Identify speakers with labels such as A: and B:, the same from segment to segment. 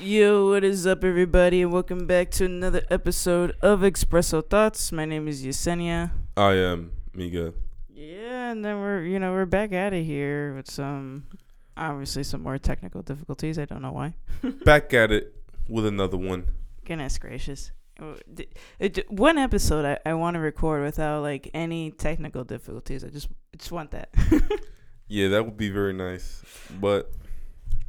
A: Yo, what is up, everybody, and welcome back to another episode of Expresso Thoughts. My name is Yesenia.
B: I am Miga.
A: Yeah, and then we're you know we're back out of here with some obviously some more technical difficulties. I don't know why.
B: Back at it with another one.
A: Goodness gracious. Uh, d- uh, d- One episode I, I want to record without like any technical difficulties. I just just want that.
B: Yeah, that would be very nice. But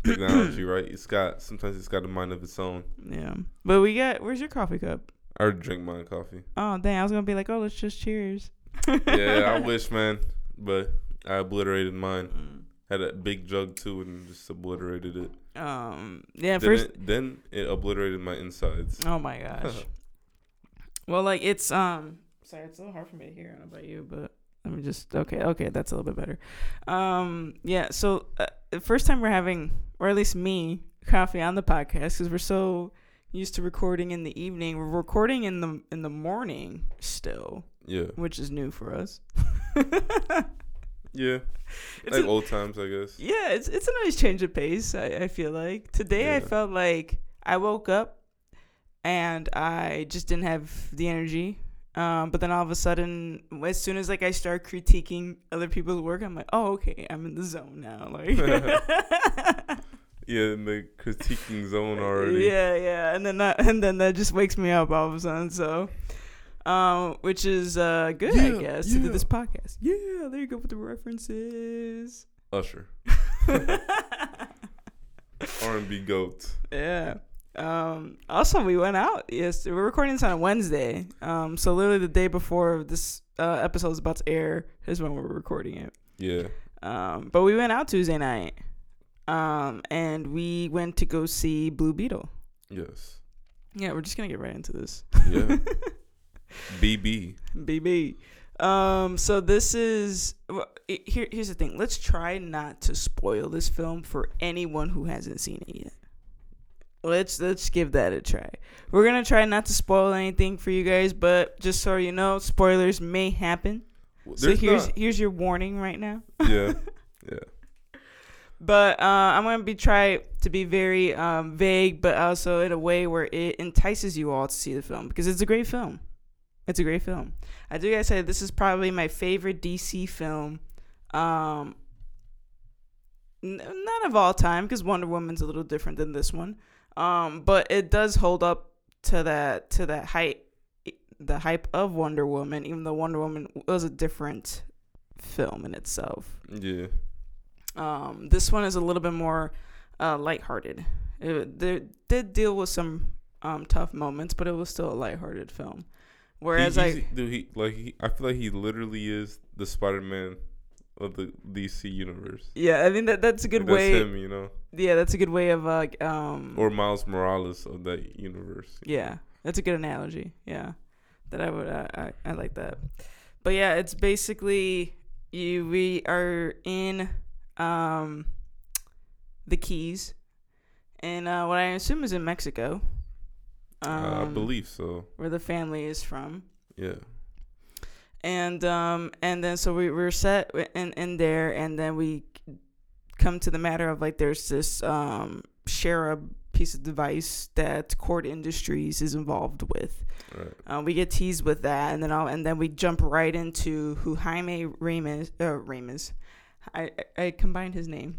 B: technology, right? It's got sometimes it's got a mind of its own.
A: yeah, but we got. Where's your coffee cup?
B: I already drink my coffee.
A: Oh dang, I was gonna be like, oh, let's just cheers.
B: Yeah, I wish, man. But I obliterated mine.
A: Mm.
B: Had a big jug too and just obliterated it.
A: Um. Yeah.
B: then,
A: First.
B: it then it obliterated my insides.
A: Oh my gosh. well, like it's um. Sorry, it's a little hard for me to hear. I don't know about you, but let me just. Okay. Okay, that's a little bit better. Um. Yeah. So uh, the first time we're having, or at least me, coffee on the podcast because we're so used to recording in the evening. We're recording in the in the morning still,
B: Yeah.
A: which is new for us.
B: Yeah.
A: It's
B: like
A: a-
B: old times, I guess.
A: Yeah, it's it's a nice change of pace. I, I feel like today I
B: Yeah.
A: felt like I woke up and I just didn't have the energy. Um, but then all of a sudden, as soon as like I start critiquing other people's work, I'm like, oh okay, I'm in the zone now. Like,
B: Yeah, in the critiquing zone already.
A: yeah, yeah, and then that, and then that just wakes me up all of a sudden. So, um, which is uh good, I
B: Yeah,
A: guess, to do
B: yeah.
A: this podcast. Yeah, there you go with the references.
B: Usher. R and B goat.
A: Yeah. Um, also, we went out. Yes, we're recording this on a Wednesday. Um, so literally the day before this uh, episode is about to air is when we're recording it.
B: Yeah.
A: Um, but we went out Tuesday night. Um, and we went to go see Blue Beetle.
B: Yes.
A: Yeah, we're just gonna get right into this.
B: Yeah. BB.
A: BB. Um, so this is well, it- here. Here's the thing. Let's try not to spoil this film for anyone who hasn't seen it yet. Let's let's give that a try. We're gonna try not to spoil anything for you guys, but just so you know, spoilers may happen.
B: Well,
A: so
B: there's
A: here's
B: not-
A: here's your warning right now.
B: yeah, yeah,
A: But uh, I'm gonna be try to be very um, vague, but also in a way where it entices you all to see the film because it's a great film. It's a great film. I do gotta say this is probably my favorite DC film, um, n- not of all time because Wonder Woman's a little different than this one, um, but it does hold up to that to that hype, the hype of Wonder Woman, even though Wonder Woman was a different film in itself.
B: yeah.
A: Um, this one is a little bit more uh, lighthearted. It they did deal with some um, tough moments, but it was still a lighthearted film. Whereas
B: he,
A: I,
B: he's- dude, he like he, I feel like he literally is the Spider Man of the DC universe.
A: yeah, I mean that that's a good
B: Like, that's
A: way.
B: him, you know,
A: Yeah, that's a good way of uh, um.
B: or Miles Morales of that universe.
A: yeah, that's a good analogy. Yeah, that I would I, I, I like that. But yeah, it's basically you. We are in um the Keys, and uh, what I assume is in Mexico.
B: uh, I
A: Um,
B: believe so.
A: where the family is from.
B: Yeah,
A: And um and then so we we're set wi- in in there and then we come to the matter of like there's this um sheriff piece of device that Cord Industries is involved with.
B: right.
A: Uh, we get teased with that, and then all, and then we jump right into who Jaime Ramis. Uh, Ramis. I, I I combined his name.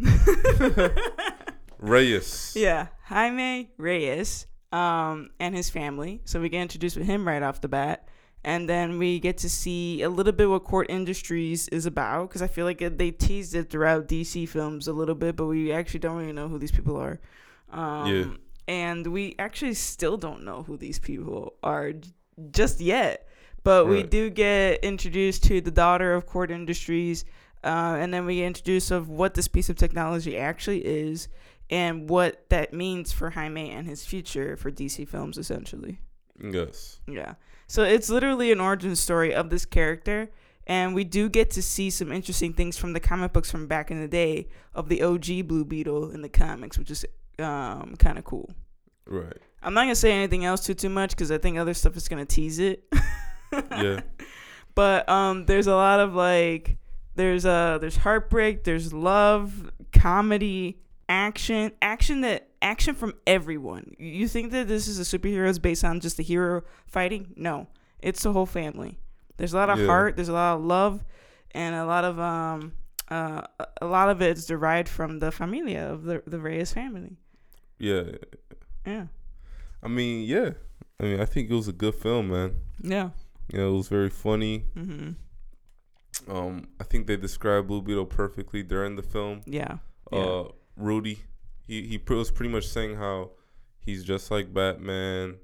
B: Reyes.
A: Yeah, Jaime Reyes um, and his family. So we get introduced with him right off the bat. And then we get to see a little bit what Court Industries is about because I feel like it, they teased it throughout DC films a little bit, but we actually don't really know who these people are. Um,
B: Yeah.
A: And we actually still don't know who these people are j- just yet. But we
B: Right.
A: do get introduced to the daughter of Court Industries, uh, and then we get introduced of what this piece of technology actually is and what that means for Jaime and his future for DC films, essentially.
B: Yes.
A: Yeah. So it's literally an origin story of this character. And we do get to see some interesting things from the comic books from back in the day of the OG Blue Beetle in the comics, which is um, kind of cool.
B: Right.
A: I'm not going to say anything else too, too much because I think other stuff is going to tease it.
B: Yeah.
A: but um there's a lot of like there's uh there's heartbreak there's love comedy action action that action from everyone. You think that this is a superhero is based on just the hero fighting? No, it's the whole family. There's a lot of
B: Yeah.
A: heart. There's a lot of love, and a lot of um, uh, a- a lot of it's derived from the familia of the the Reyes family.
B: Yeah,
A: Yeah,
B: I mean, yeah. I mean, I think it was a good film, man.
A: yeah.
B: You know, it was very funny.
A: Mm-hmm.
B: Um, I think they described Blue Beetle perfectly during the film.
A: Yeah.
B: Uh, Rudy, he he pr- was pretty much saying how he's just like Batman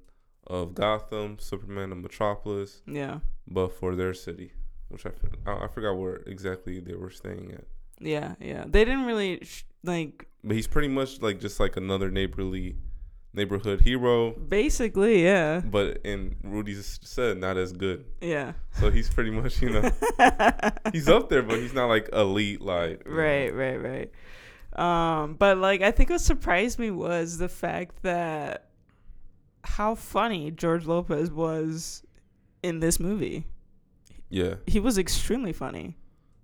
B: of Gotham, Superman of Metropolis,
A: Yeah.
B: but for their city, which I f- I I forgot where exactly they were staying at.
A: Yeah. Yeah. They didn't really sh- like
B: But he's pretty much like just like another neighborly neighborhood hero,
A: basically. Yeah.
B: but and Rudy s- said not as good.
A: Yeah.
B: So he's pretty much you know he's up there, but he's not like elite like you know.
A: Right, right, right. Um, but like I think what surprised me was the fact that how funny George Lopez was in this movie.
B: Yeah,
A: He was extremely funny.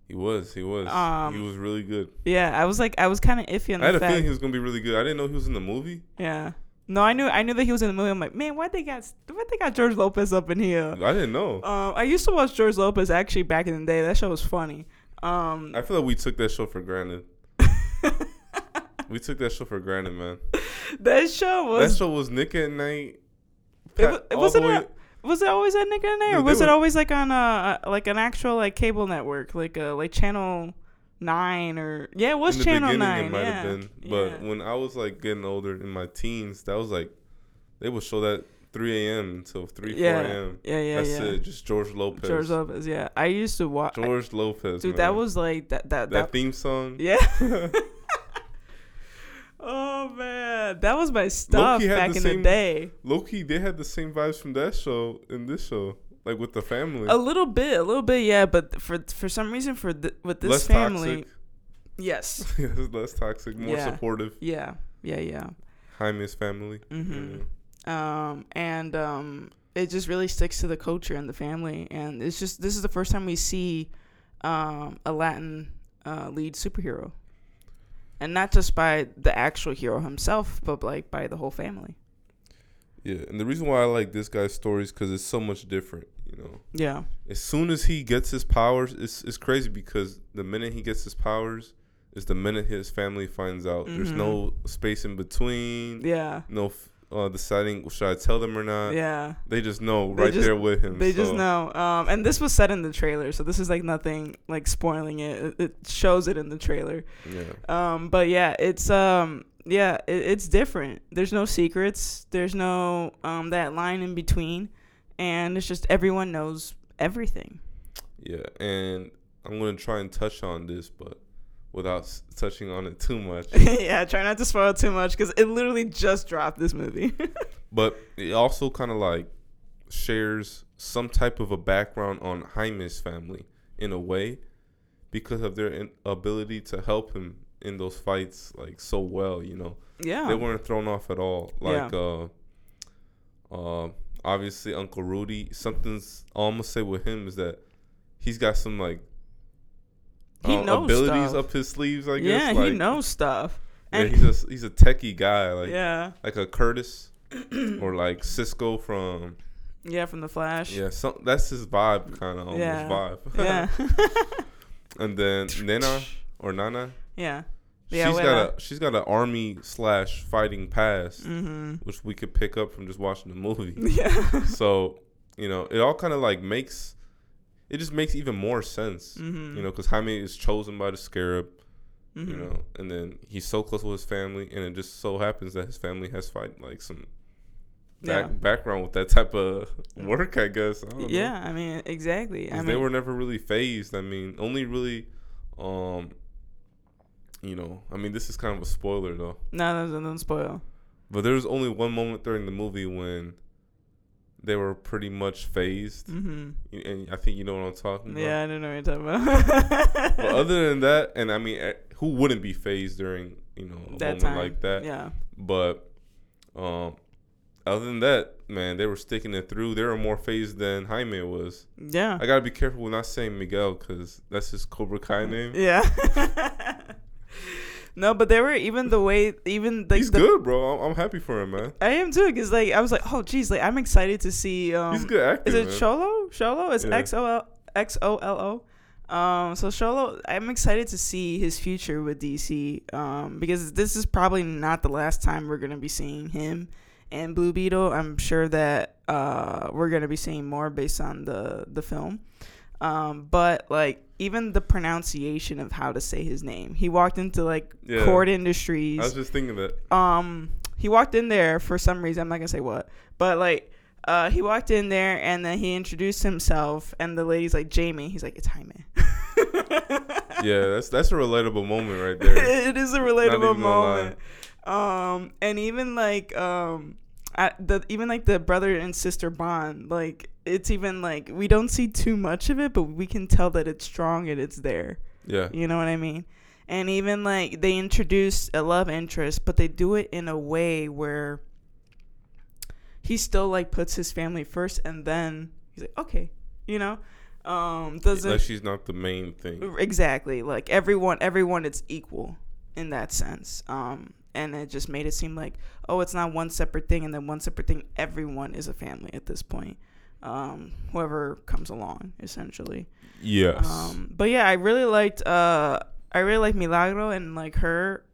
B: he was. He was. he
A: Um,
B: was really good.
A: Yeah, I was like I was kind of iffy on
B: I had
A: the
B: a
A: fact.
B: feeling he was gonna be really good. I didn't know he was in the movie.
A: yeah. No, I knew I knew that he was in the movie. I'm like, man, why they got why they got George Lopez up in here?
B: I didn't know.
A: Um, I used to watch George Lopez actually back in the day. That show was funny. Um,
B: I feel like we took that show for granted. we took that show for granted, man.
A: that show was
B: that show was Nick at Night.
A: It,
B: Pat-
A: wa- it
B: all
A: wasn't.
B: the way-
A: a- was it always at Nick and Nay, or
B: No, they
A: was it
B: were-
A: always like on a like an actual like cable network, like a like Channel Nine or yeah, it was
B: in the
A: Channel
B: beginning,
A: Nine.
B: it might
A: yeah.
B: have been, but
A: yeah.
B: when I was like getting older in my teens, that was like they would show that 3 a.m. until 3
A: yeah,
B: 4 a.m.
A: yeah, yeah,
B: That's
A: yeah.
B: it. Just George Lopez.
A: George Lopez. Yeah, I used to watch.
B: George Lopez.
A: Dude,
B: man.
A: that was like that that
B: that
A: that.
B: theme song.
A: yeah. oh man, that was my stuff
B: had
A: back
B: the
A: in the
B: same-
A: day.
B: Loki, they had the same vibes from that show in this show, like with the family.
A: A little bit, a little bit, yeah. But for for some reason, for th- with this
B: Less
A: family,
B: toxic.
A: yes,
B: Yeah, it's less toxic, more
A: Yeah.
B: supportive.
A: yeah, yeah, yeah.
B: Jaime's family.
A: Mm-hmm.
B: Yeah.
A: um, and um, it just really sticks to the culture and the family. And it's just this is the first time we see um, a Latin uh, lead superhero, and not just by the actual hero himself, but like by the whole family.
B: Yeah, and the reason why I like this guy's stories because it's so much different. You know,
A: Yeah,
B: as soon as he gets his powers, it's it's crazy because the minute he gets his powers is the minute his family finds out. There's
A: Mhm.
B: no space in between.
A: yeah,
B: No f- uh, deciding should I tell them or not.
A: yeah.
B: They just know
A: They
B: right
A: just-
B: there with him.
A: They just
B: Uh, so-
A: know. Um, and this was said in the trailer, so this is like nothing like spoiling it. It, it shows it in the trailer.
B: Yeah,
A: Um, but yeah, it's um, yeah, it, it's different. There's no secrets. There's no um that line in between, and it's just everyone knows everything.
B: yeah, and I'm gonna try and touch on this, but without s- touching on it too much.
A: yeah, try not to spoil too much because it literally just dropped this movie.
B: but it also kind of like shares some type of a background on Jaime's family in a way because of their in- ability to help him in those fights like so well you know
A: yeah,
B: they weren't thrown off at all like uh uh obviously uncle rudy something's all i'm gonna say with him is that he's got some like uh,
A: He knows
B: abilities
A: stuff.
B: up his sleeves i guess
A: yeah,
B: like,
A: he knows stuff.
B: yeah,
A: And-
B: he's a he's a techie guy like
A: yeah,
B: like a curtis or like cisco from
A: yeah, from the Flash.
B: yeah, some, that's his vibe, kind of almost
A: Yeah.
B: vibe.
A: yeah,
B: and then Nena or Nana,
A: yeah.
B: she's
A: Yeah,
B: got a she's got an army slash fighting past,
A: Mm-hmm.
B: which we could pick up from just watching the movie.
A: Yeah.
B: so you know, it all kind of like makes it just makes even more sense.
A: Mm-hmm.
B: You know, because Jaime is chosen by the Scarab.
A: mm-hmm.
B: You know, and then he's so close with his family, and it just so happens that his family has fight like some. Back,
A: Yeah.
B: background with that type of work, I guess. I don't know.
A: yeah, I mean, exactly. I
B: 'Cause
A: mean,
B: they were never really phased. I mean, only really, um, you know, I mean, this is kind of a spoiler though.
A: no, no, no, don't spoil.
B: But there was only one moment during the movie when they were pretty much phased,
A: Mm-hmm.
B: You- and I think you know what I'm talking about.
A: Yeah, I don't know what you're talking about.
B: But other than that, and I mean, eh, who wouldn't be phased during you know a
A: That
B: moment
A: time.
B: like that?
A: yeah,
B: But, um, other than that, man, they were sticking it through. They were more phased than Jaime was.
A: yeah,
B: I gotta be careful with not saying Miguel because that's his Cobra Kai name.
A: yeah. No, but there were even the way even like
B: He's
A: the,
B: good, bro. I'm, I'm happy for him, man.
A: I am too because like I was like oh geez like I'm excited to see um
B: He's a good actor.
A: is it
B: man.
A: Sholo Sholo it's
B: Yeah.
A: X O L X O L O um so Sholo I'm excited to see his future with DC um because this is probably not the last time we're gonna be seeing him and Blue Beetle I'm sure that uh we're gonna be seeing more based on the the film um but like even the pronunciation of how to say his name he walked into like
B: Yeah.
A: Cord Industries
B: I was just thinking that.
A: um he walked in there for some reason i'm not gonna say what but like uh he walked in there and then he introduced himself and the lady's like jamie he's like it's jaime
B: Yeah, that's that's a relatable moment right there.
A: it is a
B: even
A: relatable
B: gonna lie.
A: moment um and even like um I, the even like the brother and sister bond like it's even like we don't see too much of it but we can tell that it's strong and it's there
B: Yeah,
A: you know what I mean? And even like they introduce a love interest, but they do it in a way where he still like puts his family first and then he's like, okay, you know? Um, doesn't
B: like she's not the main
A: Um,
B: thing.
A: exactly like everyone, everyone it's equal in that sense. Um, and it just made it seem like, oh, it's not one separate thing, and then one separate thing. Everyone is a family at this point. Um, whoever comes along, essentially.
B: Yes.
A: Um, but yeah, I really liked uh, I really like Milagro and like her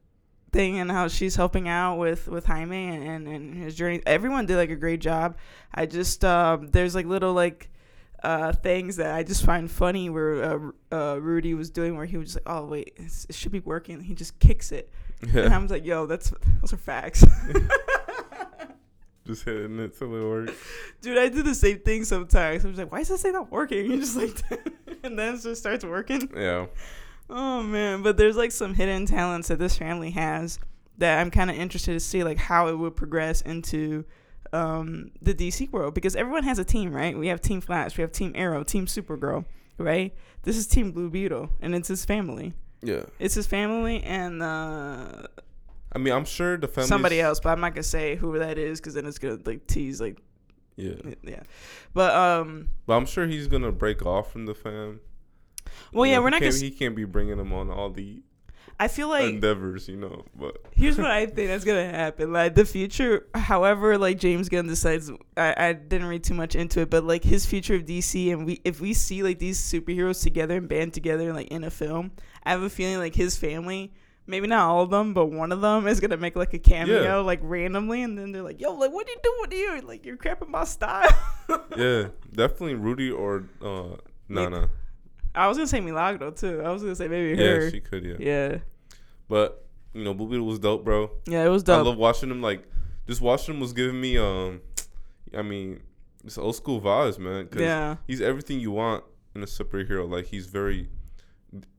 A: thing and how she's helping out with with Jaime and, and, and his journey. Everyone did like a great job. I just um, there's like little like uh, things that I just find funny where uh, uh, Rudy was doing where he was just like, oh wait, it's, it should be working. He just kicks it, and
B: yeah,
A: I was like, yo, that's those are facts.
B: just hitting it till it works.
A: Dude, I do the same thing sometimes. I'm just like, why is this thing not working? And just like, and then it just starts working.
B: Yeah,
A: Oh man, but there's like some hidden talents that this family has that I'm kind of interested to see like how it would progress into um, the DC world because everyone has a team, right? We have Team Flash, we have Team Arrow, Team Supergirl, right? This is Team Blue Beetle, and it's his family.
B: yeah.
A: It's his family and uh,
B: I mean, I'm sure the family.
A: somebody else, but I'm not gonna say who that is because then it's gonna like tease like
B: Yeah,
A: yeah. But um,
B: but I'm sure he's gonna break off from the fam.
A: well,
B: You
A: yeah,
B: know,
A: we're
B: he
A: not gonna.
B: Can't,
A: s-
B: he can't be bringing them on all the
A: I feel like
B: endeavors, you know. But
A: Here's what I think that's gonna happen. Like the future, however, like James Gunn decides. I, I didn't read too much into it, but like his future of DC, and we if we see like these superheroes together and band together, like in a film, I have a feeling like his family, maybe not all of them, but one of them is gonna make like a cameo,
B: Yeah.
A: like randomly, and then they're like, "Yo, like what are you doing here? Like you're crapping my style."
B: yeah, definitely Rudy or uh, Nana.
A: I was gonna say Milagro too. I was gonna say maybe
B: Yeah,
A: her.
B: she could. Yeah,
A: yeah,
B: but you know, Blue Beetle was dope, bro.
A: yeah, it was
B: I
A: dope.
B: love watching him. Like, just watching him was giving me, um, I mean, it's old school vibes, man. 'cause
A: yeah,
B: he's everything you want in a superhero. Like, he's very,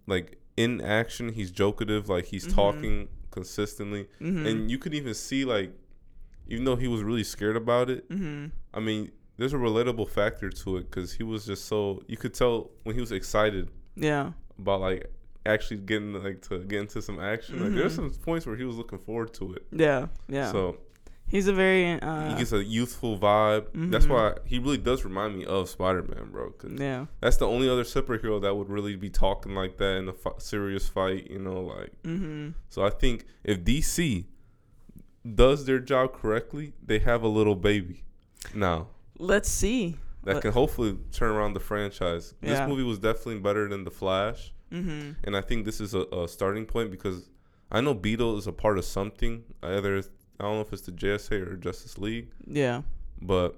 B: like, in action. He's jokative. Like, he's
A: Mhm.
B: talking consistently,
A: mm-hmm.
B: and you could even see, like, even though he was really scared about it.
A: mm-hmm.
B: I mean, there's a relatable factor to it because he was just so you could tell when he was excited
A: yeah.
B: about like actually getting like to get into some action. Like, there's
A: Mhm.
B: some points where he was looking forward to it.
A: Yeah, yeah.
B: So
A: He's a very uh,
B: he gets a youthful vibe. That's
A: Mhm.
B: why he really does remind me of Spider Man, bro. 'cause
A: yeah.
B: that's the only other superhero that would really be talking like that in a fi- serious fight, you know. Like,
A: Mm-hmm.
B: so I think if DC does their job correctly, they have a little baby now
A: Let's see.
B: that
A: But-
B: can hopefully turn around the franchise.
A: Yeah.
B: This movie was definitely better than The Flash,
A: Mm-hmm.
B: and I think this is a, a starting point because I know Beetle is a part of something. Either it's- I don't know if it's the JSA or Justice League
A: Yeah.
B: but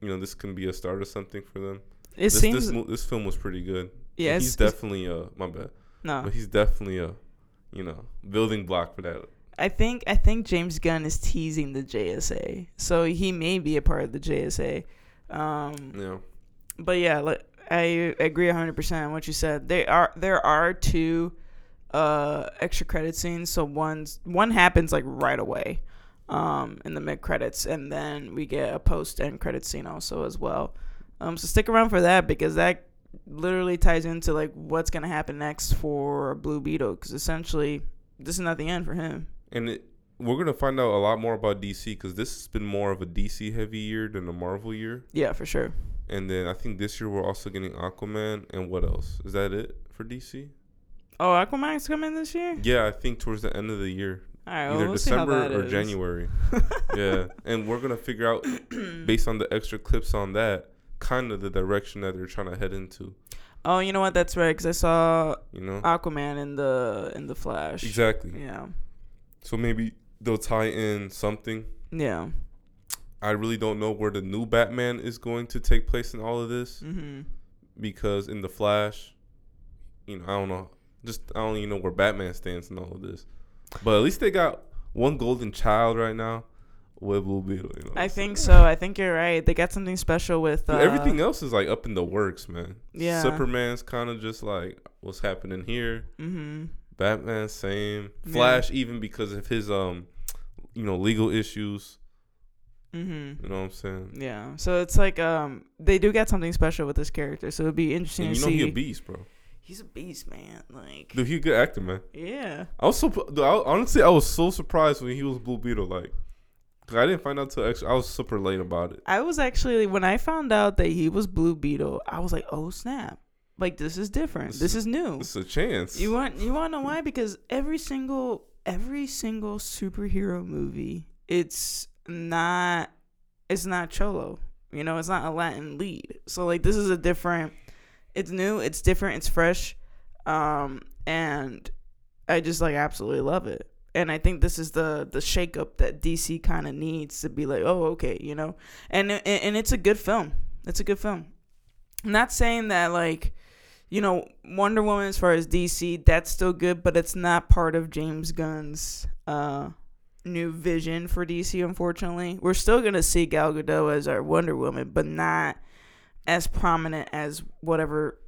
B: you know this can be a start of something for them.
A: It
B: this,
A: seems.
B: this, mo- this film was pretty good.
A: yeah.
B: And
A: It's,
B: he's definitely uh my bad,
A: it's- no.
B: but he's definitely a you know building block for that.
A: I think I think James Gunn is teasing the JSA, so he may be a part of the JSA. Um,
B: You know,
A: but yeah, like, I agree 100% on what you said. There are there are two uh, extra credit scenes. So one's one happens like right away um, in the mid credits, and then we get a post end credit scene also as well. Um, so stick around for that because that literally ties into like what's gonna happen next for Blue Beetle because essentially this is not the end for him.
B: and it, we're gonna find out a lot more about DC because this has been more of a DC heavy year than a Marvel year.
A: Yeah, for sure.
B: And then I think this year we're also getting Aquaman and what else? Is that it for DC?
A: Oh, Aquaman's coming this year.
B: Yeah, I think towards the end of the year,
A: All right, well,
B: either
A: we'll see how
B: December
A: that
B: or
A: is.
B: January. yeah, and we're gonna figure out based on the extra clips on that kind of the direction that they're trying to head into.
A: Oh, you know what? That's right, because I saw
B: You know,
A: Aquaman in the in the Flash.
B: exactly.
A: Ah, Yeah.
B: So maybe they'll tie in something.
A: Yeah.
B: I really don't know where the new Batman is going to take place in all of this
A: Mm-hmm.
B: because in the Flash, you know, I don't know. Just I don't even know where Batman stands in all of this. But at least they got one golden child right now with Blue Beetle. You know what
A: I
B: I'm
A: think
B: saying?
A: so. I think you're right. They got something special with uh,
B: Dude, everything else is like up in the works, man.
A: Yeah.
B: Superman's kind of just like what's happening here.
A: Mm-hmm.
B: Batman same.
A: Yeah.
B: Flash even because of his um, you know, legal issues.
A: Mm-hmm.
B: You know what I'm saying?
A: Yeah. So it's like um they do got something special with this character. So it'd be interesting
B: And
A: to
B: you know
A: see.
B: he a beast, bro.
A: He's a beast, man. Like.
B: Dude, he a good actor, man.
A: Yeah.
B: I was so dude, I, honestly I was so surprised when he was Blue Beetle, like, 'cause I didn't find out till extra. I was super late about it.
A: I was actually when I found out that he was Blue Beetle, I was like, "Oh snap! Like this is different.
B: This
A: This, is new."
B: It's a chance.
A: You want you want to know why? Because every single every single superhero movie, it's not it's not Cholo. You know, it's not a Latin lead. So like this is a different. It's new. It's different. It's fresh. Um, and I just like absolutely love it. And I think this is the the shakeup that DC kind of needs to be like, oh, okay, you know. And and- and it's a good film. It's a good film. I'm not saying that like you know, Wonder Woman as far as DC, that's still good, but it's not part of James Gunn's uh, new vision for DC. Unfortunately, we're still gonna see Gal Gadot as our Wonder Woman, but not as prominent as whatever,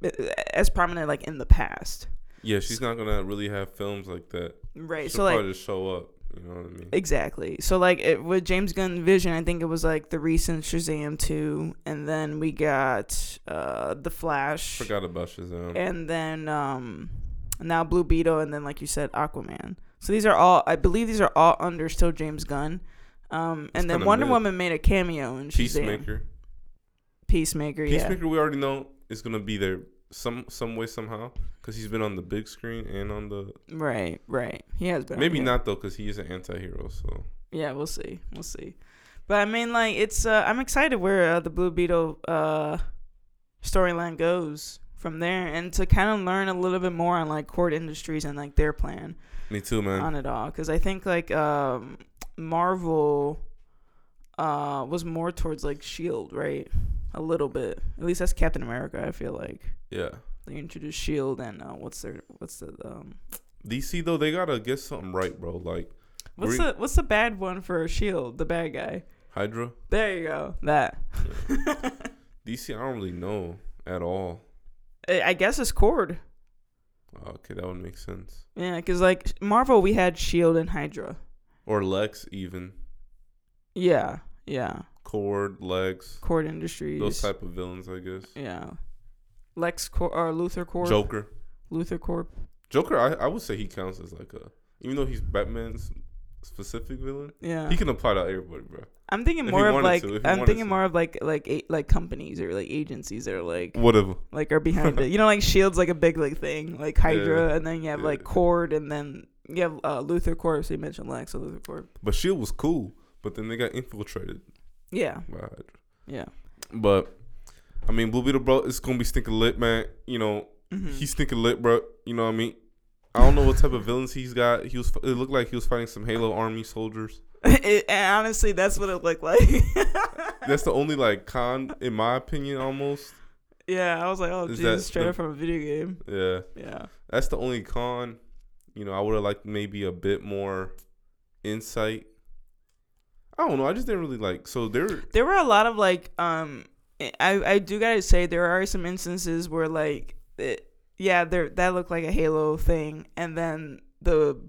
A: as prominent like in the past,
B: yeah, she's not gonna really have films like that.
A: right?
B: She'll
A: so like,
B: probably just show up. You know what I mean?
A: Exactly. So like it, with James Gunn Vision, I think it was like the recent Shazam two, and then we got uh the Flash,
B: Forgot about Shazam.
A: and then um now Blue Beetle, and then like you said Aquaman. So these are all I believe these are all under still James Gunn. Um,
B: It's
A: and then
B: kinda
A: Wonder
B: mid.
A: Woman made a cameo in Shazam. Peacemaker,
B: Peacemaker.
A: yeah.
B: Peacemaker, we already know is gonna be there some some way somehow because he's been on the big screen and on the
A: Right, right. He has been. on
B: maybe
A: here.
B: not though because he is an anti-hero, So
A: Yeah, we'll see. We'll see. But I mean, like, it's uh, I'm excited where uh, the Blue Beetle uh, storyline goes from there, and to kind of learn a little bit more on like Court Industries and like their plan
B: me too, man.
A: on it all, because I think like um, Marvel uh, was more towards like Shield, E right? A little bit, at least that's Captain America. I feel like
B: yeah.
A: they introduced Shield and uh, what's their what's the um,
B: DC though they gotta get something right, bro. Like
A: what's
B: Green-
A: the what's the bad one for Shield, E the bad guy.
B: Hydra.
A: There you go. That.
B: DC, I don't really know at all. Uh,
A: I I guess it's Cord.
B: Okay, that would make sense.
A: Yeah, because like Marvel, we had Shield E and Hydra.
B: Or Lex, even
A: Yeah, yeah.
B: Cord, Lex,
A: Cord Industries.
B: those type of villains, I guess.
A: Yeah. Lex Cor- or Luther Corp.
B: Joker,
A: Luther Corp.
B: Joker, I, I would say he counts as like a, even though he's Batman's specific villain,
A: Yeah.
B: he can apply to everybody, bro.
A: I'm thinking
B: if he
A: more of
B: wanted
A: like
B: to, if he
A: I'm
B: wanted
A: thinking
B: to.
A: more of like like a, like companies or like agencies that are like
B: Whatever.
A: like are behind it. You know, like Shield's like a big like thing, like Hydra, and then you have like
B: yeah.
A: Cord, and then you have uh, Luther Corp. So you mentioned Lex or Luther Corp.
B: But Shield was cool, but then they got infiltrated
A: Yeah,
B: by Hydra.
A: yeah.
B: But I mean, Blue Beetle, bro, it's gonna be stinking lit, man. You know,
A: Mhm.
B: he's stinking lit, bro. You know what I mean? I don't know what type of villains he's got. He was. It looked like he was fighting some Halo Army soldiers.
A: It- and honestly, that's what it looked like.
B: That's the only like con, in my opinion, almost.
A: Yeah, I was like, oh,
B: Is
A: Jesus,
B: that
A: straight
B: the-
A: up from a video game.
B: Yeah,
A: Yeah.
B: that's the only con. You know, I would have liked maybe a bit more insight. I don't know. I just didn't really like. So there,
A: There were a lot of like, um, I, I do gotta say, there are some instances where like, it, yeah, there that looked like a Halo thing, and then the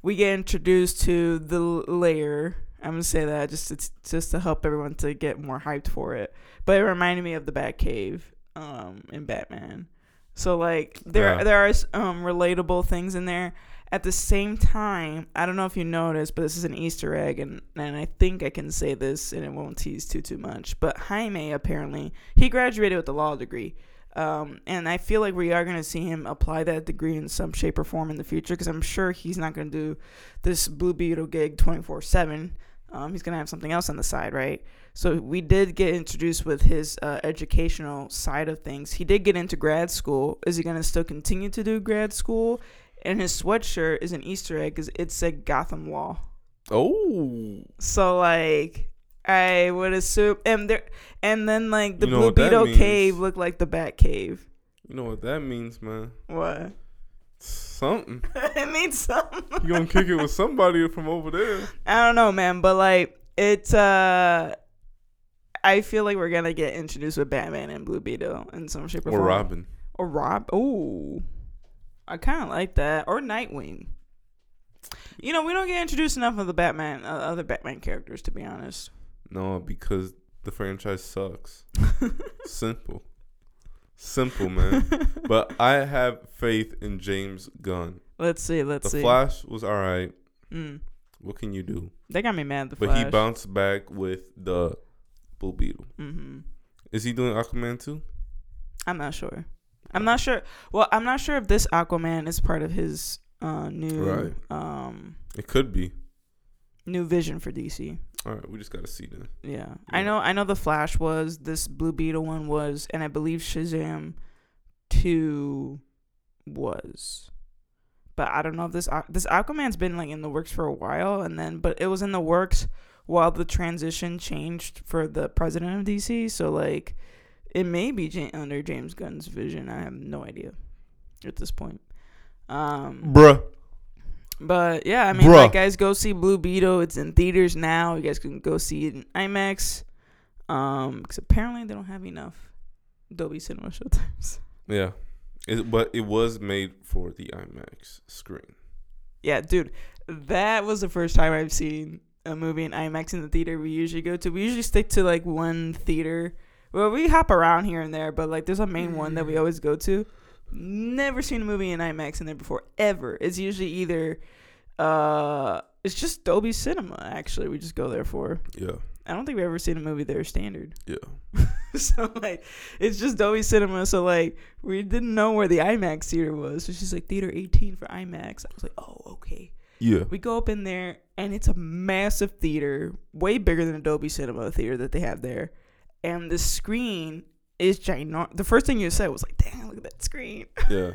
A: we get introduced to the l- layer. I'm gonna say that just to, just to help everyone to get more hyped for it. But it reminded me of the Batcave, um, in Batman. So like there
B: Yeah.
A: there are um relatable things in there. At the same time, I don't know if you noticed, but this is an Easter egg, and, and I think I can say this, and it won't tease too too much. But Jaime apparently he graduated with a law degree, Um, and I feel like we are going to see him apply that degree in some shape or form in the future because I'm sure he's not going to do this Blue Beetle gig 24 7. Um, he's going to have something else on the side, right? So we did get introduced with his uh, educational side of things. He did get into grad school. Is he going to still continue to do grad school? And his sweatshirt is an Easter egg because it said Gotham Law.
B: Oh,
A: So like I would assume and there and then like the
B: You know
A: Blue
B: what that
A: Beetle
B: means.
A: cave looked like the Bat Cave.
B: you know what that means, man.
A: What?
B: Something.
A: it means something.
B: You gonna kick it with somebody from over there?
A: I don't know, man, but like it's uh I feel like we're gonna get introduced with Batman and Blue Beetle in some shape or,
B: Or
A: form.
B: Robin?
A: Or Rob. Ooh. I kinda like that. Or Nightwing. You know, we don't get introduced enough of the Batman, uh, other Batman characters, to be honest.
B: No, because the franchise sucks. Simple. Simple, man. but I have faith in James Gunn.
A: Let's see. Let's
B: The
A: see.
B: Flash was all right.
A: Mm.
B: What can you do?
A: They got me mad. The
B: But
A: Flash.
B: he bounced back with the Blue Beetle.
A: hmm
B: Is he doing Aquaman too?
A: I'm not sure. I'm not sure. Well, I'm not sure if this Aquaman is part of his uh, new
B: Right.
A: um,
B: It could be.
A: new vision for DC.
B: All right, we just gotta see then.
A: Yeah. I know. I know. The Flash was this Blue Beetle one was, and I believe Shazam two was. But I don't know if this Aqu- this Aquaman's been like in the works for a while, and then but it was in the works while the transition changed for the president of DC. So like, it may be Ja- under James Gunn's vision. I have no idea at this point. Um,
B: Bruh.
A: but yeah, I mean,
B: Bruh.
A: like, guys, go see Blue Beetle. It's in theaters now. You guys can go see it in IMAX. Um, because apparently they don't have enough Dolby Cinema showtimes.
B: Yeah. It, but it was made for the IMAX screen.
A: Yeah, dude, that was the first time I've seen a movie in IMAX in the theater we usually go to. We usually stick to like one theater. Well, we hop around here and there, but like there's a main one that we always go to. Never seen a movie in IMAX in there before ever. It's usually either uh it's just Dolby Cinema actually. We just go there for.
B: Yeah.
A: I don't think we've ever seen a movie there standard.
B: Yeah.
A: so like it's just Dolby Cinema. So like we didn't know where the IMAX theater was. So she's like theater 18 for IMAX. I was like, oh okay.
B: Yeah.
A: We go up in there and it's a massive theater, way bigger than Adobe Cinema theater that they have there. And the screen is ginormous. The first thing you said was like, damn, look at that screen.
B: Yeah.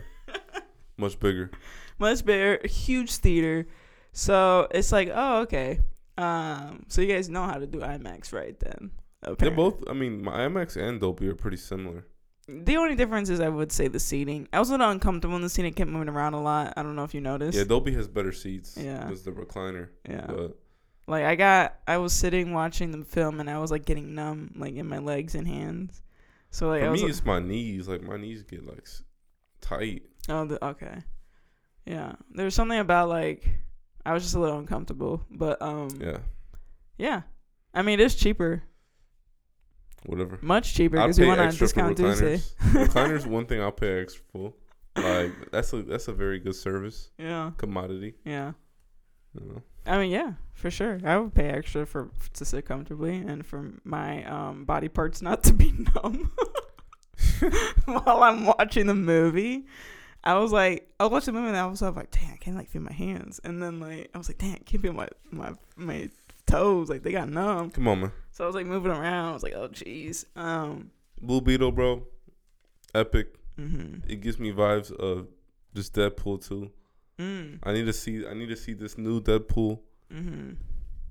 B: Much bigger.
A: Much bigger, huge theater. So it's like, oh, okay. Um, so you guys know how to do IMAX right then.
B: They're
A: apparently.
B: both. I mean, my IMAX and Dolby are pretty similar.
A: The only difference is I would say the seating. I was a little uncomfortable in the seating. It kept moving around a lot. I don't know if you noticed.
B: Yeah, Dolby has better seats.
A: Yeah.
B: With the recliner.
A: yeah.
B: But
A: Like I got, I was sitting watching the film and I was like getting numb, like in my legs and hands. So like I
B: for
A: was,
B: me,
A: like,
B: it's my knees. Like my knees get like s- tight.
A: oh, the, okay, yeah. There was something about like I was just a little uncomfortable, but um, yeah.
B: Yeah.
A: I mean, it's cheaper,
B: Whatever.
A: much cheaper
B: I'll
A: because we
B: pay
A: went on
B: extra for
A: discount Tuesday.
B: recliners. recliners, one thing I'll pay extra for. Like that's a that's a very good service
A: Yeah,
B: commodity.
A: yeah.
B: You know.
A: I mean, yeah, for sure. I would pay extra for to sit comfortably and for my um, body parts not to be numb while I'm watching the movie. I was like, I watched the movie and I was, I was like, dang, I can't like feel my hands. And then like, I was like, dang, I can't feel my my my toes. Like they got numb.
B: Come on, man.
A: So I was like moving around. I was like, oh jeez. Um.
B: Blue Beetle, bro. Epic.
A: Mm-hmm.
B: It gives me vibes of just Deadpool too.
A: Mm.
B: I need to see. I need to see this new Deadpool
A: Mm-hmm.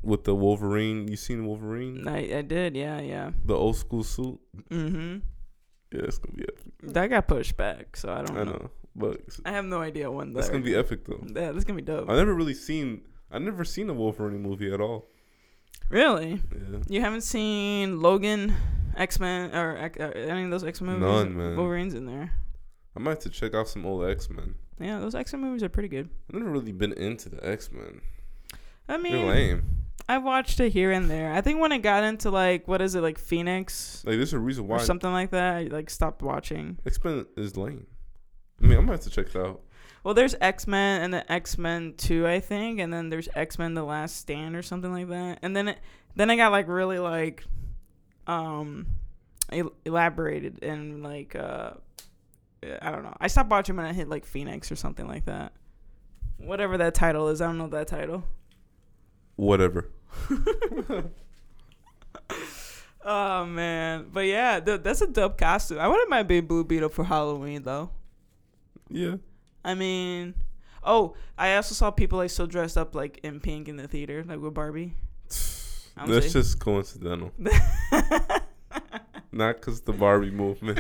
B: with the Wolverine. You seen Wolverine?
A: I I did. Yeah. Yeah.
B: The old school suit.
A: Mm-hmm.
B: Yeah, it's gonna be epic.
A: That got pushed back, so I don't
B: I
A: know.
B: know, but it's,
A: I have no idea when
B: that's
A: that.
B: gonna be epic though.
A: Yeah, that's gonna be dope.
B: I never really seen. I never seen a Wolverine movie at all.
A: Really?
B: Yeah.
A: You haven't seen Logan, X Men, or X- uh, any of those X Men movies?
B: None, man.
A: Wolverine's in there.
B: I might have to check out some old X Men.
A: Yeah, those X Men movies are pretty good.
B: I've never really been into the X Men.
A: I
B: They're
A: mean,
B: lame.
A: I watched it here and there. I think when it got into like what is it like Phoenix
B: Like there's a reason
A: or
B: why
A: something like that, I like stopped watching.
B: X Men is lame. I mean, I might have to check it out.
A: Well, there's X Men and the X Men Two, I think, and then there's X Men: The Last Stand or something like that. And then it, then I got like really like, um, el- elaborated and like uh I don't know. I stopped watching when I hit like Phoenix or something like that. Whatever that title is, I don't know that title.
B: Whatever.
A: Oh man, but yeah, th- that's a dope costume. I wouldn't mind being Blue Beetle for Halloween though.
B: Yeah.
A: I mean, oh, I also saw people like still dressed up like in pink in the theater, like with Barbie. I'm
B: That's
A: saying-
B: just coincidental. Not because the Barbie movement.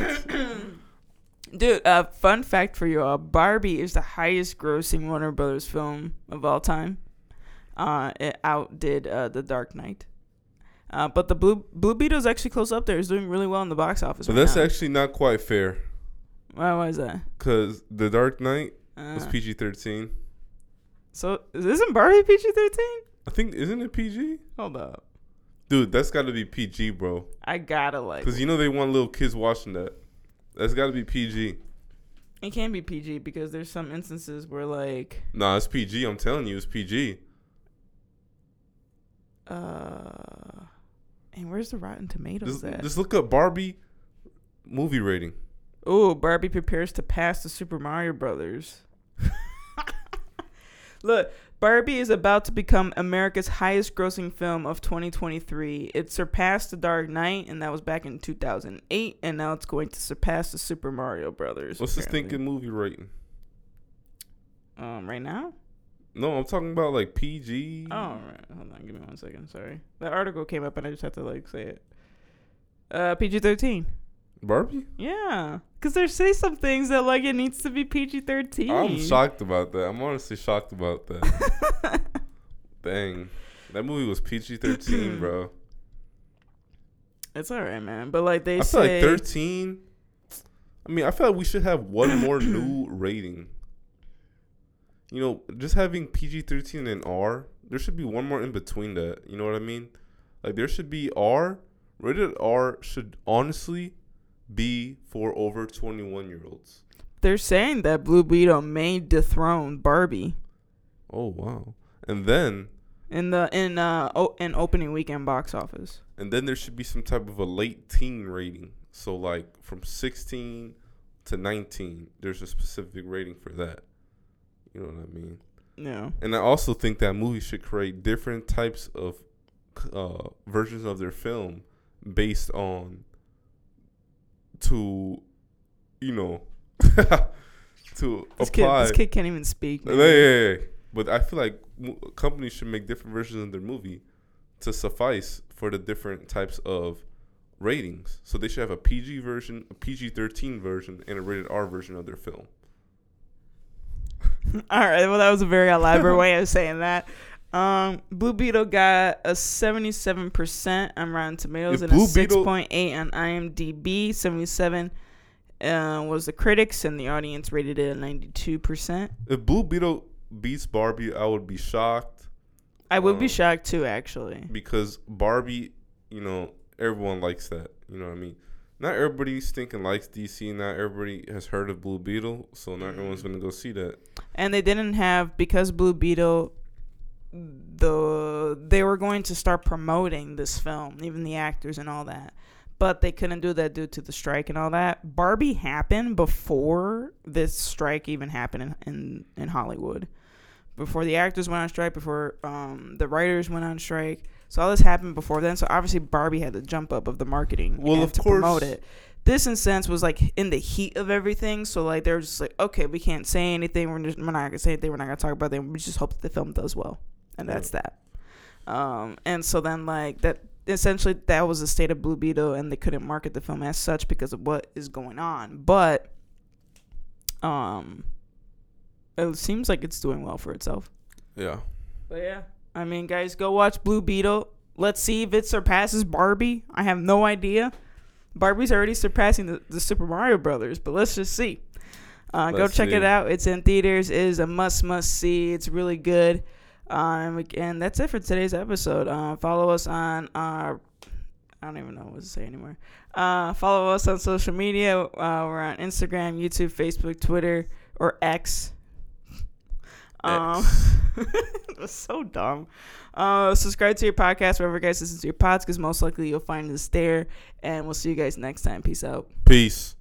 A: Dude, uh, fun fact for you all: Barbie is the highest-grossing Warner Brothers film of all time. Uh, it outdid uh, The Dark Knight. Uh, but the Blue Blue Beetle is actually close up there. It's doing really well in the box office.
B: But
A: right
B: that's
A: now.
B: actually not quite fair.
A: why was that?
B: Because The Dark Knight was
A: Uh,
B: PG 13.
A: so isn't Barbie PG thirteen?
B: I think, isn't it PG?
A: Hold up,
B: Dude, that's got to be PG, bro.
A: I gotta like.
B: Because you know they want little kids watching that. That's got to be PG.
A: It can be PG because there's some instances where like
B: Nah, it's PG. I'm telling you, it's PG.
A: uh and where's the Rotten Tomatoes
B: Just,
A: at?
B: just look up Barbie movie rating.
A: Ooh, Barbie prepares to pass the Super Mario Brothers. Look, Barbie is about to become America's highest grossing film of 2023. It surpassed The Dark Knight, and that was back in 2008, and now it's going to surpass the Super Mario Brothers.
B: What's this
A: apparently.
B: thinking movie rating?
A: Um, right now?
B: No, I'm talking about like PG.
A: Oh, all right. Hold on. Give me one second. Sorry. That article came up, and I just have to, like, say it. Uh, PG 13.
B: Barbie?
A: Yeah. Because there say some things that, like, it needs to be PG 13.
B: I'm shocked about that. I'm honestly shocked about that. Dang. That movie was PG 13, bro.
A: It's all right, man. But like they
B: I feel
A: say,
B: like 13. I mean, I feel like we should have one more new rating. You know, just having PG 13 and R, there should be one more in between that. You know what I mean? Like, there should be R. Rated R should honestly be for over 21 year olds.
A: they're saying that Blue Beetle may dethrone Barbie
B: Oh, wow. And then.
A: in the in uh o- in opening weekend box office.
B: And then there should be some type of a late teen rating. So like from 16 to 19, there's a specific rating for that. You know what I mean?
A: Yeah.
B: And I also think that movies should create different types of uh, versions of their film based on to you know to
A: This kid,
B: apply.
A: this kid can't even speak.
B: Yeah,
A: man.
B: yeah, yeah. But I feel like mo- companies should make different versions of their movie to suffice for the different types of ratings. So they should have a PG version, a PG 13 version, and a rated R version of their film.
A: All right. Well, that was a very elaborate way of saying that. Um, Blue Beetle got a 77% on Rotten Tomatoes
B: If
A: and a
B: Blue Beetle-
A: 6.8 on IMDb. 77 uh, was the critics, and the audience rated it a 92%.
B: If Blue Beetle beats Barbie, I would be shocked
A: I would be
B: Wow.
A: shocked too, actually.
B: because Barbie, you know, everyone likes that. You know what I mean? Not everybody stinking likes DC. Not everybody has heard of Blue Beetle, so not everyone's gonna go see that.
A: and they didn't have because Blue Beetle the they were going to start promoting this film, even the actors and all that. But they couldn't do that due to the strike and all that. Barbie happened before this strike even happened in in, in Hollywood. Before the actors went on strike, before um, the writers went on strike. So all this happened before then. So obviously Barbie had the jump up of the marketing
B: Well,
A: and
B: of
A: to promote
B: course.
A: it. This in sense was like in the heat of everything. So like they were just like, okay, we can't say anything. We're, just, we're not gonna say anything. We're not gonna talk about it. We just hope that the film does well, and
B: Yeah.
A: that's that. Um, and so then like that essentially that was the state of Blue Beetle, and they couldn't market the film as such because of what is going on. But um, it seems like it's doing well for itself.
B: Yeah.
A: But yeah, I mean, guys, go watch Blue Beetle. Let's see if it surpasses Barbie. I have no idea. Barbie's already surpassing the, the Super Mario Brothers, but let's just see. Uh, go
B: Let's
A: check it
B: see.
A: out. It's in theaters. It is a must must see. It's really good. Um, and that's it for today's episode. Uh, follow us on our. I don't even know what to say anymore. Uh, follow us on social media. Uh, we're on Instagram, YouTube, Facebook, Twitter, or X. Um, that's so dumb. Uh, subscribe to your podcast wherever you guys listen to your pods, because most likely you'll find us there. And we'll see you guys next time. Peace out.
B: Peace.